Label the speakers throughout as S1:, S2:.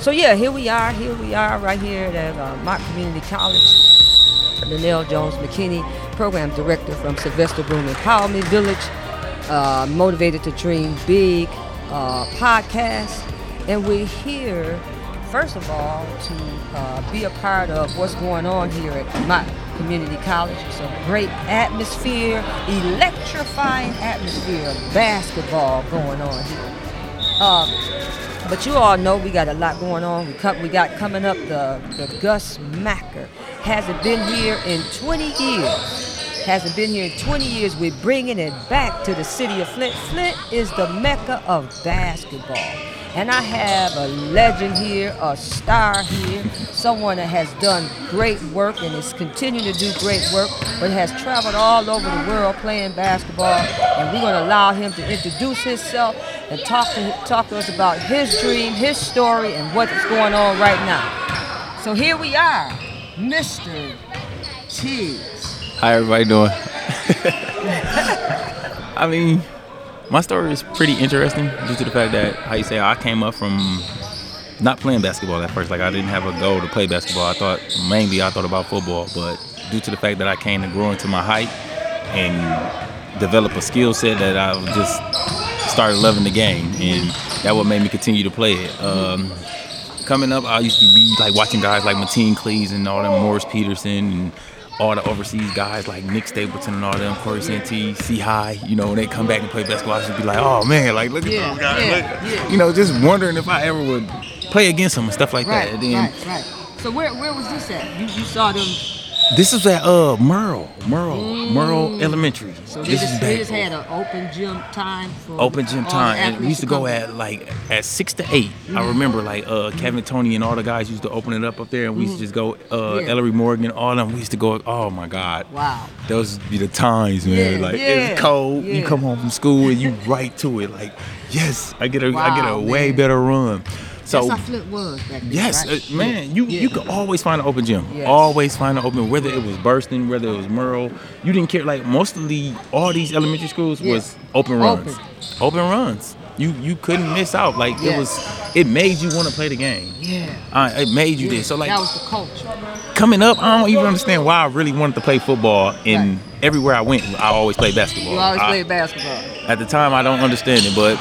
S1: So yeah, here we are. Here we are, right here at uh, Mott Community College. Linnell Jones McKinney, program director from Sylvester Broom Empowerment Village, uh, motivated to dream big uh, podcast, and we're here first of all to uh, be a part of what's going on here at Mott Community College. It's a great atmosphere, electrifying atmosphere of basketball going on here. Um, but you all know we got a lot going on. We, co- we got coming up the, the Gus Macker. Hasn't been here in 20 years. Hasn't been here in 20 years. We're bringing it back to the city of Flint. Flint is the mecca of basketball. And I have a legend here, a star here, someone that has done great work and is continuing to do great work, but has traveled all over the world playing basketball. And we're going to allow him to introduce himself and talk to, talk to us about his dream, his story, and what's going on right now. So here we are, Mr. Tease.
S2: How everybody doing? I mean, my story is pretty interesting due to the fact that how you say I came up from not playing basketball at first. Like I didn't have a goal to play basketball. I thought mainly I thought about football, but due to the fact that I came to grow into my height and develop a skill set that I just started loving the game, and that what made me continue to play it. Um, coming up, I used to be like watching guys like Mateen Cleaves and all them Morris Peterson and all the overseas guys like Nick Stapleton and all them Corey Santee, C High, you know, when they come back and play basketball, I should be like, oh man, like look at
S1: Yeah,
S2: those guys,
S1: yeah,
S2: look.
S1: yeah.
S2: you know, just wondering if I ever would play against them and stuff like
S1: Right,
S2: that. And then
S1: right, right. So where, where was this at? You, you saw them.
S2: this is at uh Merle, Merle, Merle Elementary.
S1: Mm. So they
S2: this
S1: just,
S2: is
S1: they
S2: back.
S1: just had an open gym time for
S2: open gym
S1: all the
S2: time. And we
S1: athletes
S2: used to go
S1: come.
S2: at like at six to 8 I remember like uh Kevin Tony and all the guys used to open it up up there, and we used to just go. Uh,
S1: Mm. Yeah.
S2: Ellery Morgan, all them. We used to go. Oh my God.
S1: Wow.
S2: Those be the times, man.
S1: Yeah,
S2: like
S1: yeah,
S2: it's cold.
S1: yeah.
S2: You come home from school and you right to it. Like yes, I get a I get
S1: Wow,
S2: a way
S1: man.
S2: better run. So
S1: That's how Flint was back then.
S2: Yes,
S1: right?
S2: uh, man. You
S1: Yeah.
S2: you could always find an open gym.
S1: Yes.
S2: Always find an open. Whether it was Burston, whether it was Merle, you didn't care. Like most of the all these elementary schools
S1: Yeah.
S2: was open
S1: Open.
S2: runs. Open runs. You you couldn't miss out. Like
S1: Yeah.
S2: it was. It made you want to play the game.
S1: Yeah.
S2: Uh, it made you
S1: yeah.
S2: this. So like
S1: that was the culture.
S2: coming up, I don't even understand why I really wanted to play football. And
S1: Right.
S2: everywhere I went, I always played basketball.
S1: You always
S2: I-
S1: played basketball.
S2: at the time, I don't understand it, but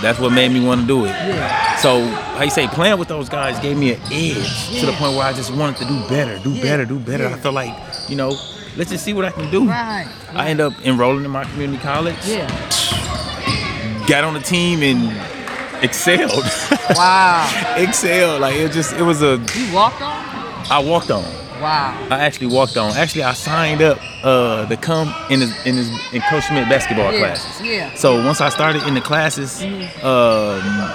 S2: that's what made me want to do it.
S1: Yeah.
S2: So, how you say, playing with those guys gave me an edge to the
S1: Yeah.
S2: point where I just wanted to do better, do
S1: Yeah.
S2: better, do better.
S1: Yeah.
S2: I felt like, you know, let's just see what I can do.
S1: Right.
S2: I end up enrolling in my community college,
S1: Yeah.
S2: got on the team, and excelled.
S1: Wow.
S2: excelled. Like, it just, it was a,
S1: you walked on?
S2: I walked on.
S1: Wow.
S2: I actually walked on. Actually, I signed up uh, to come in his, in his in Coach Schmidt basketball
S1: Yeah,
S2: classes.
S1: yeah. Mm-hmm.
S2: So once I started in the classes, um,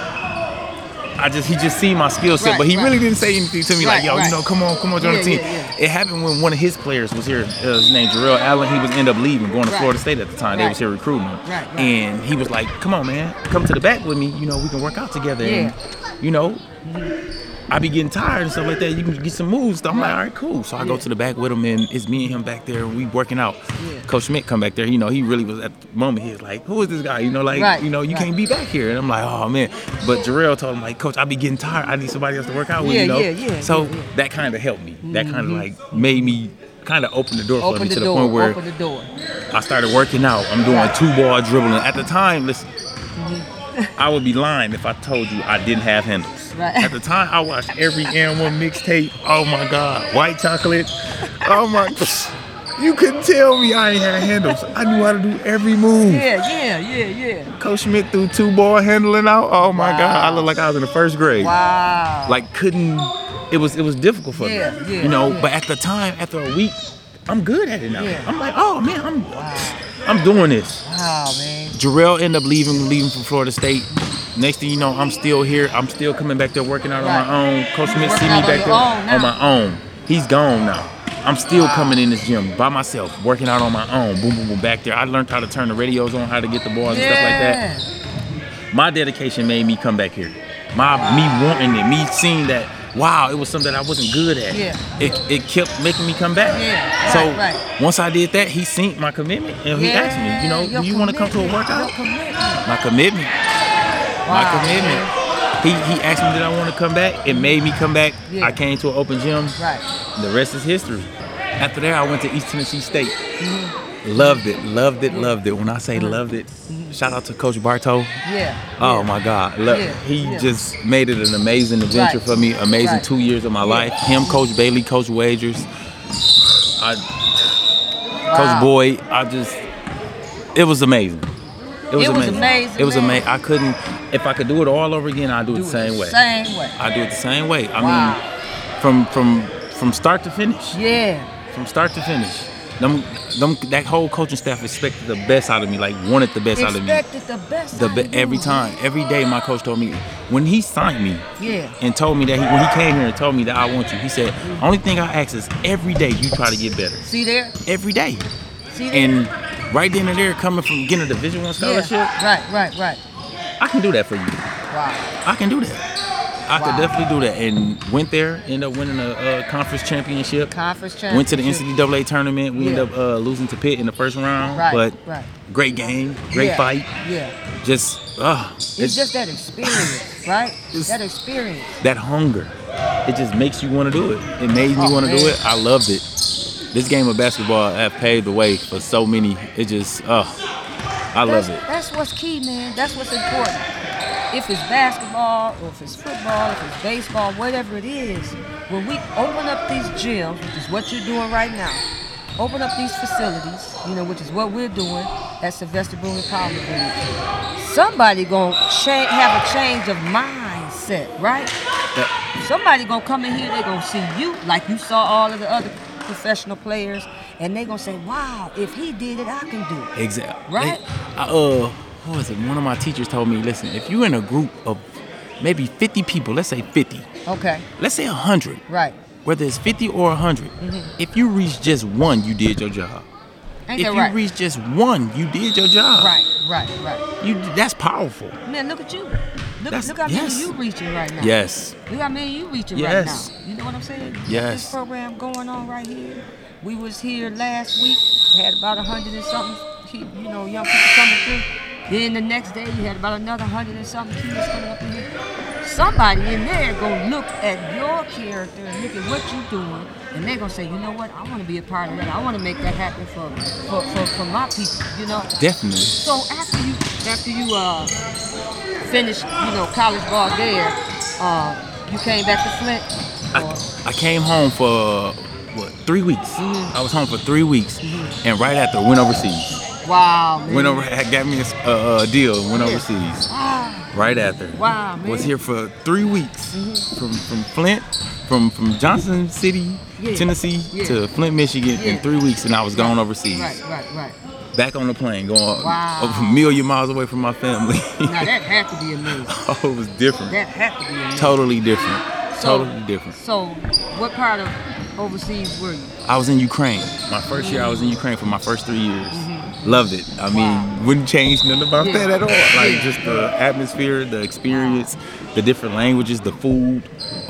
S2: I just he just seen my skill set,
S1: Right,
S2: but he
S1: right.
S2: really didn't say anything to me
S1: Right,
S2: like, "Yo,
S1: right.
S2: you know, come on, come on, join
S1: Yeah,
S2: the team."
S1: yeah, yeah.
S2: It happened when one of his players was here. Uh, his name Jarrell Allen. He was end up leaving, going to
S1: Right.
S2: Florida State at the time. They
S1: Right.
S2: was here recruiting him,
S1: Right, right.
S2: and he was like, "Come on, man, come to the back with me. You know, we can work out together."
S1: Yeah.
S2: And, you know, I be getting tired and stuff like that. You can get some moves. So I'm like, all right, cool. So I go
S1: Yeah.
S2: to the back with him, and it's me and him back there, and we working out.
S1: Yeah.
S2: Coach Schmidt come back there. You know, he really was at the moment. He was like, who is this guy? You know, like,
S1: Right,
S2: you know, you
S1: right.
S2: can't be back here. And I'm like, oh man. But Jarrell told him like, Coach, I be getting tired. I need somebody else to work out with.
S1: Yeah,
S2: you know.
S1: yeah, yeah,
S2: so
S1: yeah, yeah.
S2: that kind of helped me. That kind of like made me kind of open the door for
S1: Open
S2: me
S1: the
S2: to the
S1: door.
S2: point where
S1: Open the door.
S2: I started working out. I'm doing
S1: Right.
S2: two ball dribbling. At the time, listen, I would be lying if I told you I didn't have handles.
S1: Right.
S2: At the time, I watched every M1 mixtape. Oh my God, White Chocolate. Oh my. You couldn't tell me I ain't had handles. I knew how to do every move.
S1: Yeah, yeah, yeah, yeah.
S2: Coach Schmidt threw two ball handling out. Oh my God, I
S1: Wow.
S2: looked like I was in the first grade
S1: Wow.
S2: like couldn't it was it was difficult for
S1: Yeah,
S2: me
S1: yeah,
S2: you know
S1: yeah.
S2: but at the time after a week i'm good at it now
S1: Yeah.
S2: i'm like oh man i'm i'm doing this
S1: wow, Oh, man.
S2: Jarrell ended up leaving leaving for florida state next thing you know i'm still here i'm still coming back there working out on my own coach smith
S1: Working
S2: see me
S1: out on
S2: back
S1: your
S2: there
S1: own
S2: on
S1: now.
S2: my own he's gone now I'm still coming in this gym by myself, working out on my own. Boom, boom, boom, back there. I learned how to turn the radios on, how to get the balls and stuff like that
S1: yeah.
S2: my dedication made me come back here. My me wanting it, me seeing that wow, it was something I wasn't good at.
S1: Yeah.
S2: It, it kept making me come back.
S1: Yeah,
S2: So
S1: right, right.
S2: once I did that, he seen my commitment and he asked me, you know,
S1: your
S2: do you want to come to a
S1: commitment,
S2: workout?
S1: your commitment.
S2: My commitment.
S1: Wow,
S2: my commitment. He, he asked me did I want to come back. It made me come back.
S1: Yeah.
S2: I came to an open gym.
S1: Right.
S2: The rest is history. After that, I went to East Tennessee State.
S1: Mm-hmm.
S2: Loved it, loved it, loved it. When I say loved it, shout out to Coach Bartow.
S1: Yeah.
S2: Oh
S1: yeah.
S2: my God! Look,
S1: Yeah,
S2: he
S1: yeah.
S2: just made it an amazing adventure
S1: Right,
S2: for me. Amazing
S1: right.
S2: two years of my life. Him, Coach Bailey, Coach Wagers, I,
S1: Wow.
S2: Coach Boyd. I just, it was amazing. It was,
S1: It was
S2: amazing.
S1: amazing,
S2: It was
S1: man.
S2: amazing. I couldn't. If I could do it all over again, I'd do, it
S1: Do
S2: the
S1: it
S2: same
S1: the
S2: way.
S1: Same way.
S2: I do it the same way. I
S1: Wow.
S2: mean, from from from start to finish.
S1: Yeah.
S2: From start to finish. Them, them, that whole coaching staff expected the best out of me. Like wanted the best out of me.
S1: Expected the best.
S2: The
S1: out
S2: be-
S1: of you.
S2: every time, every day, my coach told me when he signed me
S1: Yeah.
S2: and told me that he, when he came here and told me that I want you, he said, "Only thing I ask is every day you try to get better.
S1: See there?
S2: Every day."
S1: See there?
S2: And right then and there, coming from getting a Division One scholarship,
S1: Yeah. Right, right, right.
S2: I can do that for you.
S1: Wow.
S2: I can do that. I
S1: Wow.
S2: could definitely do that. And went there, ended up winning a, uh conference championship.
S1: Conference championship.
S2: Went to the NCAA tournament. We
S1: Yeah.
S2: ended up uh, losing to Pitt in the first round,
S1: Right,
S2: but
S1: right.
S2: great game, great
S1: Yeah,
S2: fight.
S1: Yeah.
S2: Just, uh,
S1: It's, just that experience, right?
S2: It's-
S1: That experience.
S2: that hunger. It just makes you want to do it. It made me
S1: Oh,
S2: want to do
S1: man.
S2: it. I loved it. This game of basketball have paved the way for so many. It just, oh, I
S1: that's,
S2: love it.
S1: That's what's key, man. That's what's important. If it's basketball, or if it's football, if it's baseball, whatever it is, when we open up these gyms, which is what you're doing right now, open up these facilities, you know, which is what we're doing at Sylvester Boone College, somebody gonna cha- have a change of mindset, right?
S2: That-
S1: Somebody gonna come in here, they gonna see you like you saw all of the other professional players, and they gonna say, "Wow, if he did it, I can do it."
S2: Exactly.
S1: Right?
S2: I, uh, what was it? One of my teachers told me, listen, if you're in a group of maybe 50 people, let's say 50,
S1: Okay,
S2: let's say 100,
S1: right.
S2: whether it's 50 or 100,
S1: Mm-hmm.
S2: if you reach just one, you did your job.
S1: Ain't
S2: If
S1: that
S2: you
S1: right?
S2: reach just one, you did your job.
S1: right, right, right.
S2: You that's powerful.
S1: Man, look at you. Look,
S2: That's-
S1: look how
S2: yes.
S1: many you reaching right now.
S2: Yes.
S1: Look how many you reaching
S2: Yes.
S1: right now. You know what I'm saying? You got
S2: Yes.
S1: This program going on right here. We was here last week. Had about a hundred and something, ki- you know, young people coming through. Then the next day, you had about another hundred and something kids coming up in here. Somebody in there gonna look at your character and look at what you're doing, and they're gonna say, you know what? I want to be a part of that. I want to make that happen for, for, for, for my people. You know.
S2: Definitely.
S1: So after you after you uh finished you know college ball there, uh, you came back to Flint. Or,
S2: I, I came home for what three weeks.
S1: Mhm.
S2: I was home for three weeks,
S1: Mm-hmm.
S2: and right after went overseas.
S1: wow, man.
S2: Went over, had- got me a s- a, a deal. and Went
S1: Yeah.
S2: overseas.
S1: Ah,
S2: Right after.
S1: Wow, man. Mm-hmm.
S2: Was here for three weeks from from Flint, from from Johnson City,
S1: Yeah.
S2: Tennessee
S1: Yeah.
S2: to Flint, Michigan in
S1: Yeah.
S2: three weeks, and I was gone overseas.
S1: right, right, right.
S2: Back on the plane, going
S1: Wow.
S2: over a million miles away from my family.
S1: Now that had to be amazing.
S2: oh, it was different.
S1: That had to be amazing.
S2: totally different. totally different.
S1: So, what part of overseas were you?
S2: I was in Ukraine. My first year, I was in Ukraine for my first three years. Loved it. I mean,
S1: Mm-hmm. Wow.
S2: wouldn't change nothing about
S1: Yeah.
S2: that at all. Like
S1: Yeah.
S2: just the atmosphere, the experience, the different languages, the food,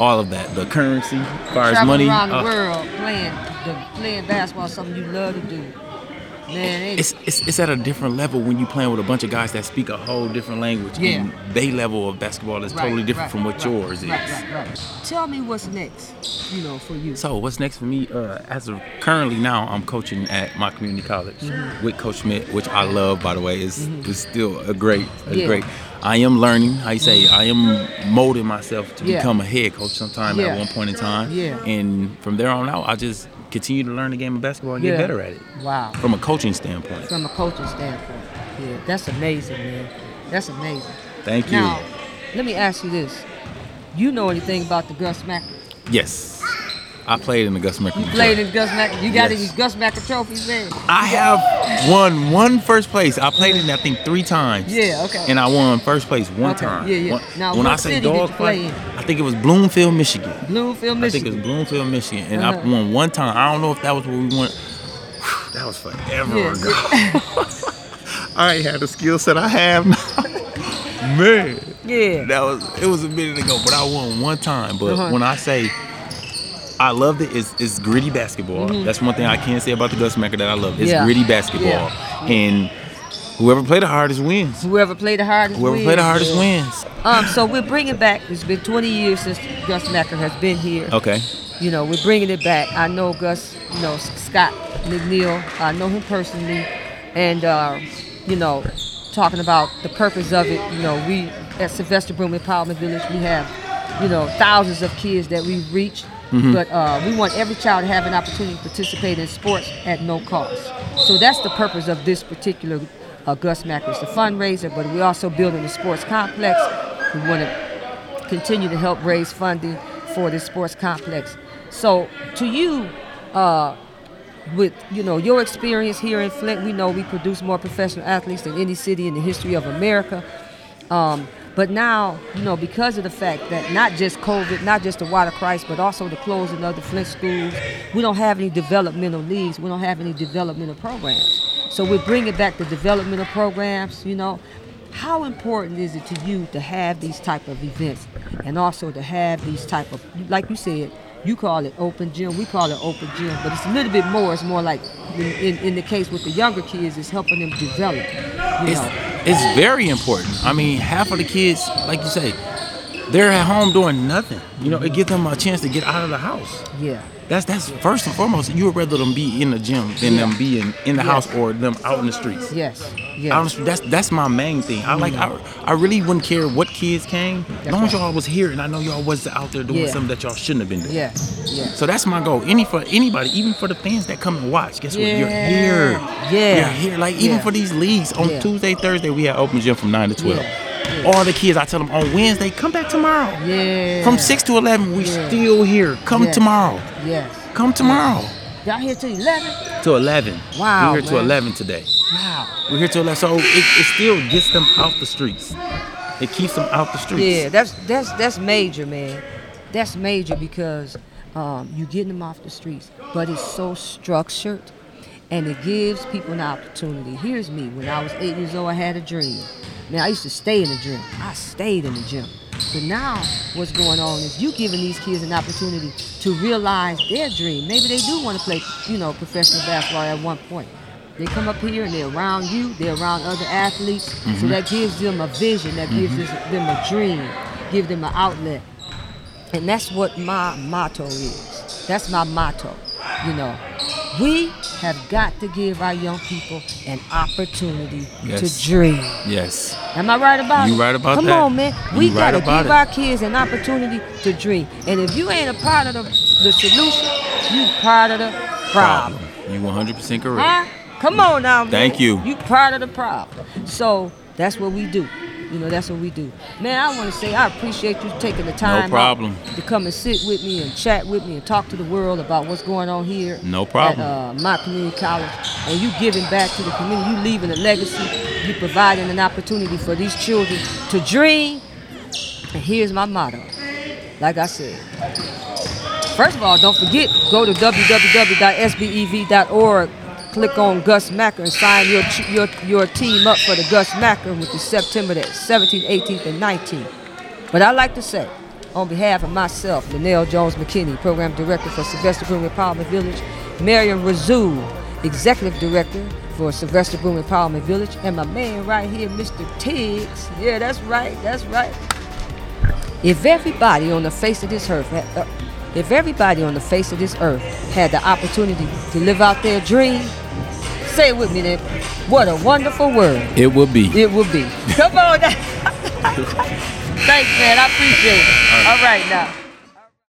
S2: all of that. The currency, as far as
S1: Traveling
S2: money.
S1: around the
S2: uh,
S1: world playing the, playing basketball, is something you love to do. Man, it-
S2: it's, it's, it's at a different level when you playing with a bunch of guys that speak a whole different language.
S1: Yeah.
S2: And they level of basketball is totally
S1: right,
S2: different
S1: right,
S2: from what
S1: right,
S2: yours is.
S1: Right, right, right. Tell me what's next, you know, for you.
S2: So what's next for me? Uh, as of currently now, I'm coaching at my community college with Coach Schmidt, which I love. By the way, is is still a great, a
S1: Mm-hmm. Yeah.
S2: great. I am learning. How you say? I am molding myself to
S1: Yeah.
S2: become a head coach sometime
S1: Yeah.
S2: at one point in time.
S1: Yeah.
S2: And from there on out, I just continue to learn the game of basketball and
S1: Yeah.
S2: get better at it
S1: Wow.
S2: from a coaching standpoint.
S1: from a coaching standpoint. Yeah, that's amazing, man. That's amazing.
S2: Thank you.
S1: Now, let me ask you this. You know anything about the Gus Mack?
S2: Yes, I played in the Gus
S1: You
S2: Merkel.
S1: played in Gus Mack. You got
S2: Yes.
S1: any Gus Mack trophies, man?
S2: I have won one first place. I played in I think three times.
S1: Yeah, okay.
S2: And I won first place one
S1: Okay,
S2: time.
S1: yeah, yeah.
S2: One-
S1: Now,
S2: when
S1: what
S2: I say
S1: city did you
S2: dog
S1: play
S2: fight,
S1: in?
S2: I think it was Bloomfield, Michigan.
S1: Bloomfield,
S2: I think
S1: Michigan.
S2: it was Bloomfield, Michigan, and I
S1: Uh-huh.
S2: won one time. I don't know if that was where we went. Whew, that was forever
S1: Yeah.
S2: ago. I ain't had the skill set I have now. Man,
S1: yeah.
S2: that was it was a minute ago, but I won one time. But
S1: Uh-huh.
S2: when I say I loved it, it's, it's gritty basketball. That's one thing I can say about the Gus Macker that I love. It's
S1: Mm-hmm. Yeah.
S2: gritty basketball,
S1: Yeah.
S2: and Whoever played the hardest wins.
S1: Whoever played the hardest
S2: Whoever
S1: wins.
S2: played the hardest
S1: yeah.
S2: wins.
S1: Um, so we're bringing back, it's been 20 years since Gus Macker has been here.
S2: Okay.
S1: You know, we're bringing it back. I know Gus, you know, S- Scott McNeil. I know him personally. And, uh, you know, talking about the purpose of it, you know, we at Sylvester Broom Empowerment Village, we have, you know, thousands of kids that we've reached. But uh, we want every child to have an opportunity to participate in sports at no cost. So that's the purpose of this particular uh, Gus Macker. It's a fundraiser, but we're also building a sports complex. We want to continue to help raise funding for this sports complex. So to you, uh, with you know your experience here in Flint, we know we produce more professional athletes than any city in the history of America. Um, but now, you know, because of the fact that not just COVID, not just the water crisis, but also the closing of the Flint schools, we don't have any developmental leagues. We don't have any developmental programs. So we're bringing back the developmental programs. You know, how important is it to you to have these type of events, and also to have these type of, like you said, you call it open gym, we call it open gym, but it's a little bit more. It's more like, in, in, in the case with the younger kids, it's helping them develop. You
S2: It's,
S1: know.
S2: it's very important. I mean, half of the kids, like you say, they're at home doing nothing. You know, it gives them a chance to get out of the house.
S1: Yeah.
S2: That's that's first and foremost. You would rather them be in the gym than
S1: Yeah.
S2: them be in, in the
S1: Yes.
S2: house or them out in the streets.
S1: Yes. Yes.
S2: Honestly, that's that's my main thing. I like I, I really wouldn't care what kids came, as long as
S1: Mm-hmm. right.
S2: y'all was here and I know y'all was out there doing
S1: Yeah.
S2: something that y'all shouldn't have been doing.
S1: yes. Yes.
S2: So that's my goal. Any for anybody, even for the fans that come and watch. Guess what? You're
S1: Yeah.
S2: here.
S1: Yeah.
S2: You're here. Like even
S1: Yeah.
S2: for these leagues on
S1: Yeah.
S2: Tuesday, Thursday, we have open gym from nine to twelve.
S1: Yeah.
S2: All the kids, I tell them on Wednesday, come back tomorrow.
S1: Yeah.
S2: From six to eleven, we
S1: Yeah.
S2: still here. Come
S1: Yeah.
S2: tomorrow.
S1: Yes.
S2: Come tomorrow.
S1: Y'all here till eleven?
S2: To eleven.
S1: Wow,
S2: We're here to
S1: man.
S2: eleven today.
S1: Wow.
S2: We're here to eleven. So it, it still gets them out the streets. It keeps them out the streets.
S1: Yeah, that's that's that's major, man. That's major because um, you getting them off the streets, but it's so structured, and it gives people an opportunity. Here's me. When I was eight years old, I had a dream. Now I used to stay in the gym. I stayed in the gym. But now what's going on is you giving these kids an opportunity to realize their dream. Maybe they do want to play, you know, professional basketball at one point. They come up here and they're around you, they're around other athletes. So
S2: Mm-hmm.
S1: that gives them a vision, that gives us- them a dream, give them an outlet. And that's what my motto is. That's my motto. You know, we have got to give our young people an opportunity
S2: Yes.
S1: to dream.
S2: Yes.
S1: Am I right about
S2: You
S1: it?
S2: right about
S1: Come
S2: that.
S1: on, man.
S2: You
S1: we
S2: right
S1: gotta
S2: about
S1: give
S2: it.
S1: our kids an opportunity to dream. And if you ain't a part of the, the solution, you part of the problem.
S2: Problem. You 100% correct.
S1: Huh? Come on now. man.
S2: Thank you.
S1: You part of the problem. So that's what we do. You know, that's what we do. Man, I want to say I appreciate you taking the time out
S2: problem.
S1: to come and sit with me and chat with me and talk to the world about what's going on here.
S2: No problem.
S1: At, uh, my community college. And you giving back to the community. You leaving a legacy. You providing an opportunity for these children to dream. And here's my motto. Like I said, First of all, don't forget, go to E www.sbev.org, click on Gus Macker, and sign your, your, your team up for the Gus Macker, which is September the 17th, 18th, and 19th. But I'd like to say, on behalf of myself, Linnell Jones McKinney, Program Director for Sylvester Broom Empowerment Village, Marion Razoo, Executive Director for Sylvester Broom Empowerment Village, and my man right here, Mr. Tiggs. Yeah, that's right, that's right. If everybody on the face of this earth, uh, if everybody on the face of this earth had the opportunity to live out their dream, say it with me then, what a wonderful world
S2: It will be.
S1: it will be. Come on now. Thanks, man. I appreciate it. All right now.